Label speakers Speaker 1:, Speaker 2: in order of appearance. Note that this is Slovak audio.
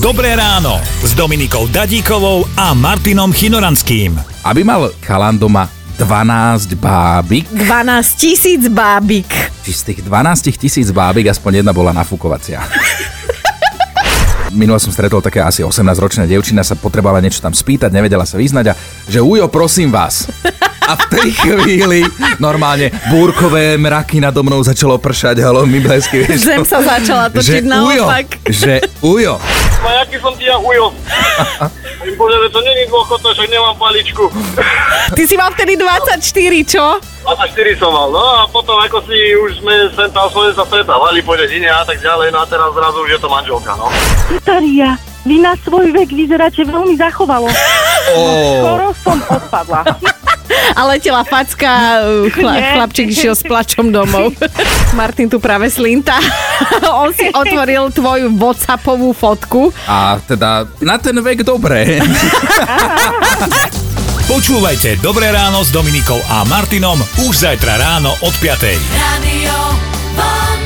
Speaker 1: Dobré ráno s Dominikou Dadíkovou a Martinom Chinoranským.
Speaker 2: Aby mal chalan doma 12 bábik,
Speaker 3: 12 tisíc bábik.
Speaker 2: či z tých 12 tisíc bábik aspoň jedna bola nafúkovacia. Minule som stretol také asi 18-ročná devčina, sa potrebovala niečo tam spýtať, nevedela sa vyznať a že ujo, prosím vás. A v tej chvíli normálne búrkové mraky nado mnou začalo pršať, halo, my blesky, vieš.
Speaker 3: Zem sa začala točiť naopak.
Speaker 2: Ujo, že ujo.
Speaker 4: No jaký som ti ja ujo? Im povedal, že to není dôchodca, však nemám paličku.
Speaker 3: Ty si mal vtedy 24, čo?
Speaker 4: 24 som mal, no a potom ako si už sme sem tam svoje sa stretávali po dedine a tak ďalej, no a teraz zrazu už je to manželka, no.
Speaker 5: Staria, vy na svoj vek vyzeráte veľmi zachovalo.
Speaker 2: Oh.
Speaker 5: Skoro som odpadla.
Speaker 3: A letela facka, uh, chla, chlapček išiel s plačom domov. Martin tu práve slinta. On si otvoril tvoju Whatsappovú fotku.
Speaker 2: A teda na ten vek dobré.
Speaker 1: Počúvajte Dobré ráno s Dominikou a Martinom už zajtra ráno od 5.
Speaker 6: Radio Vlna.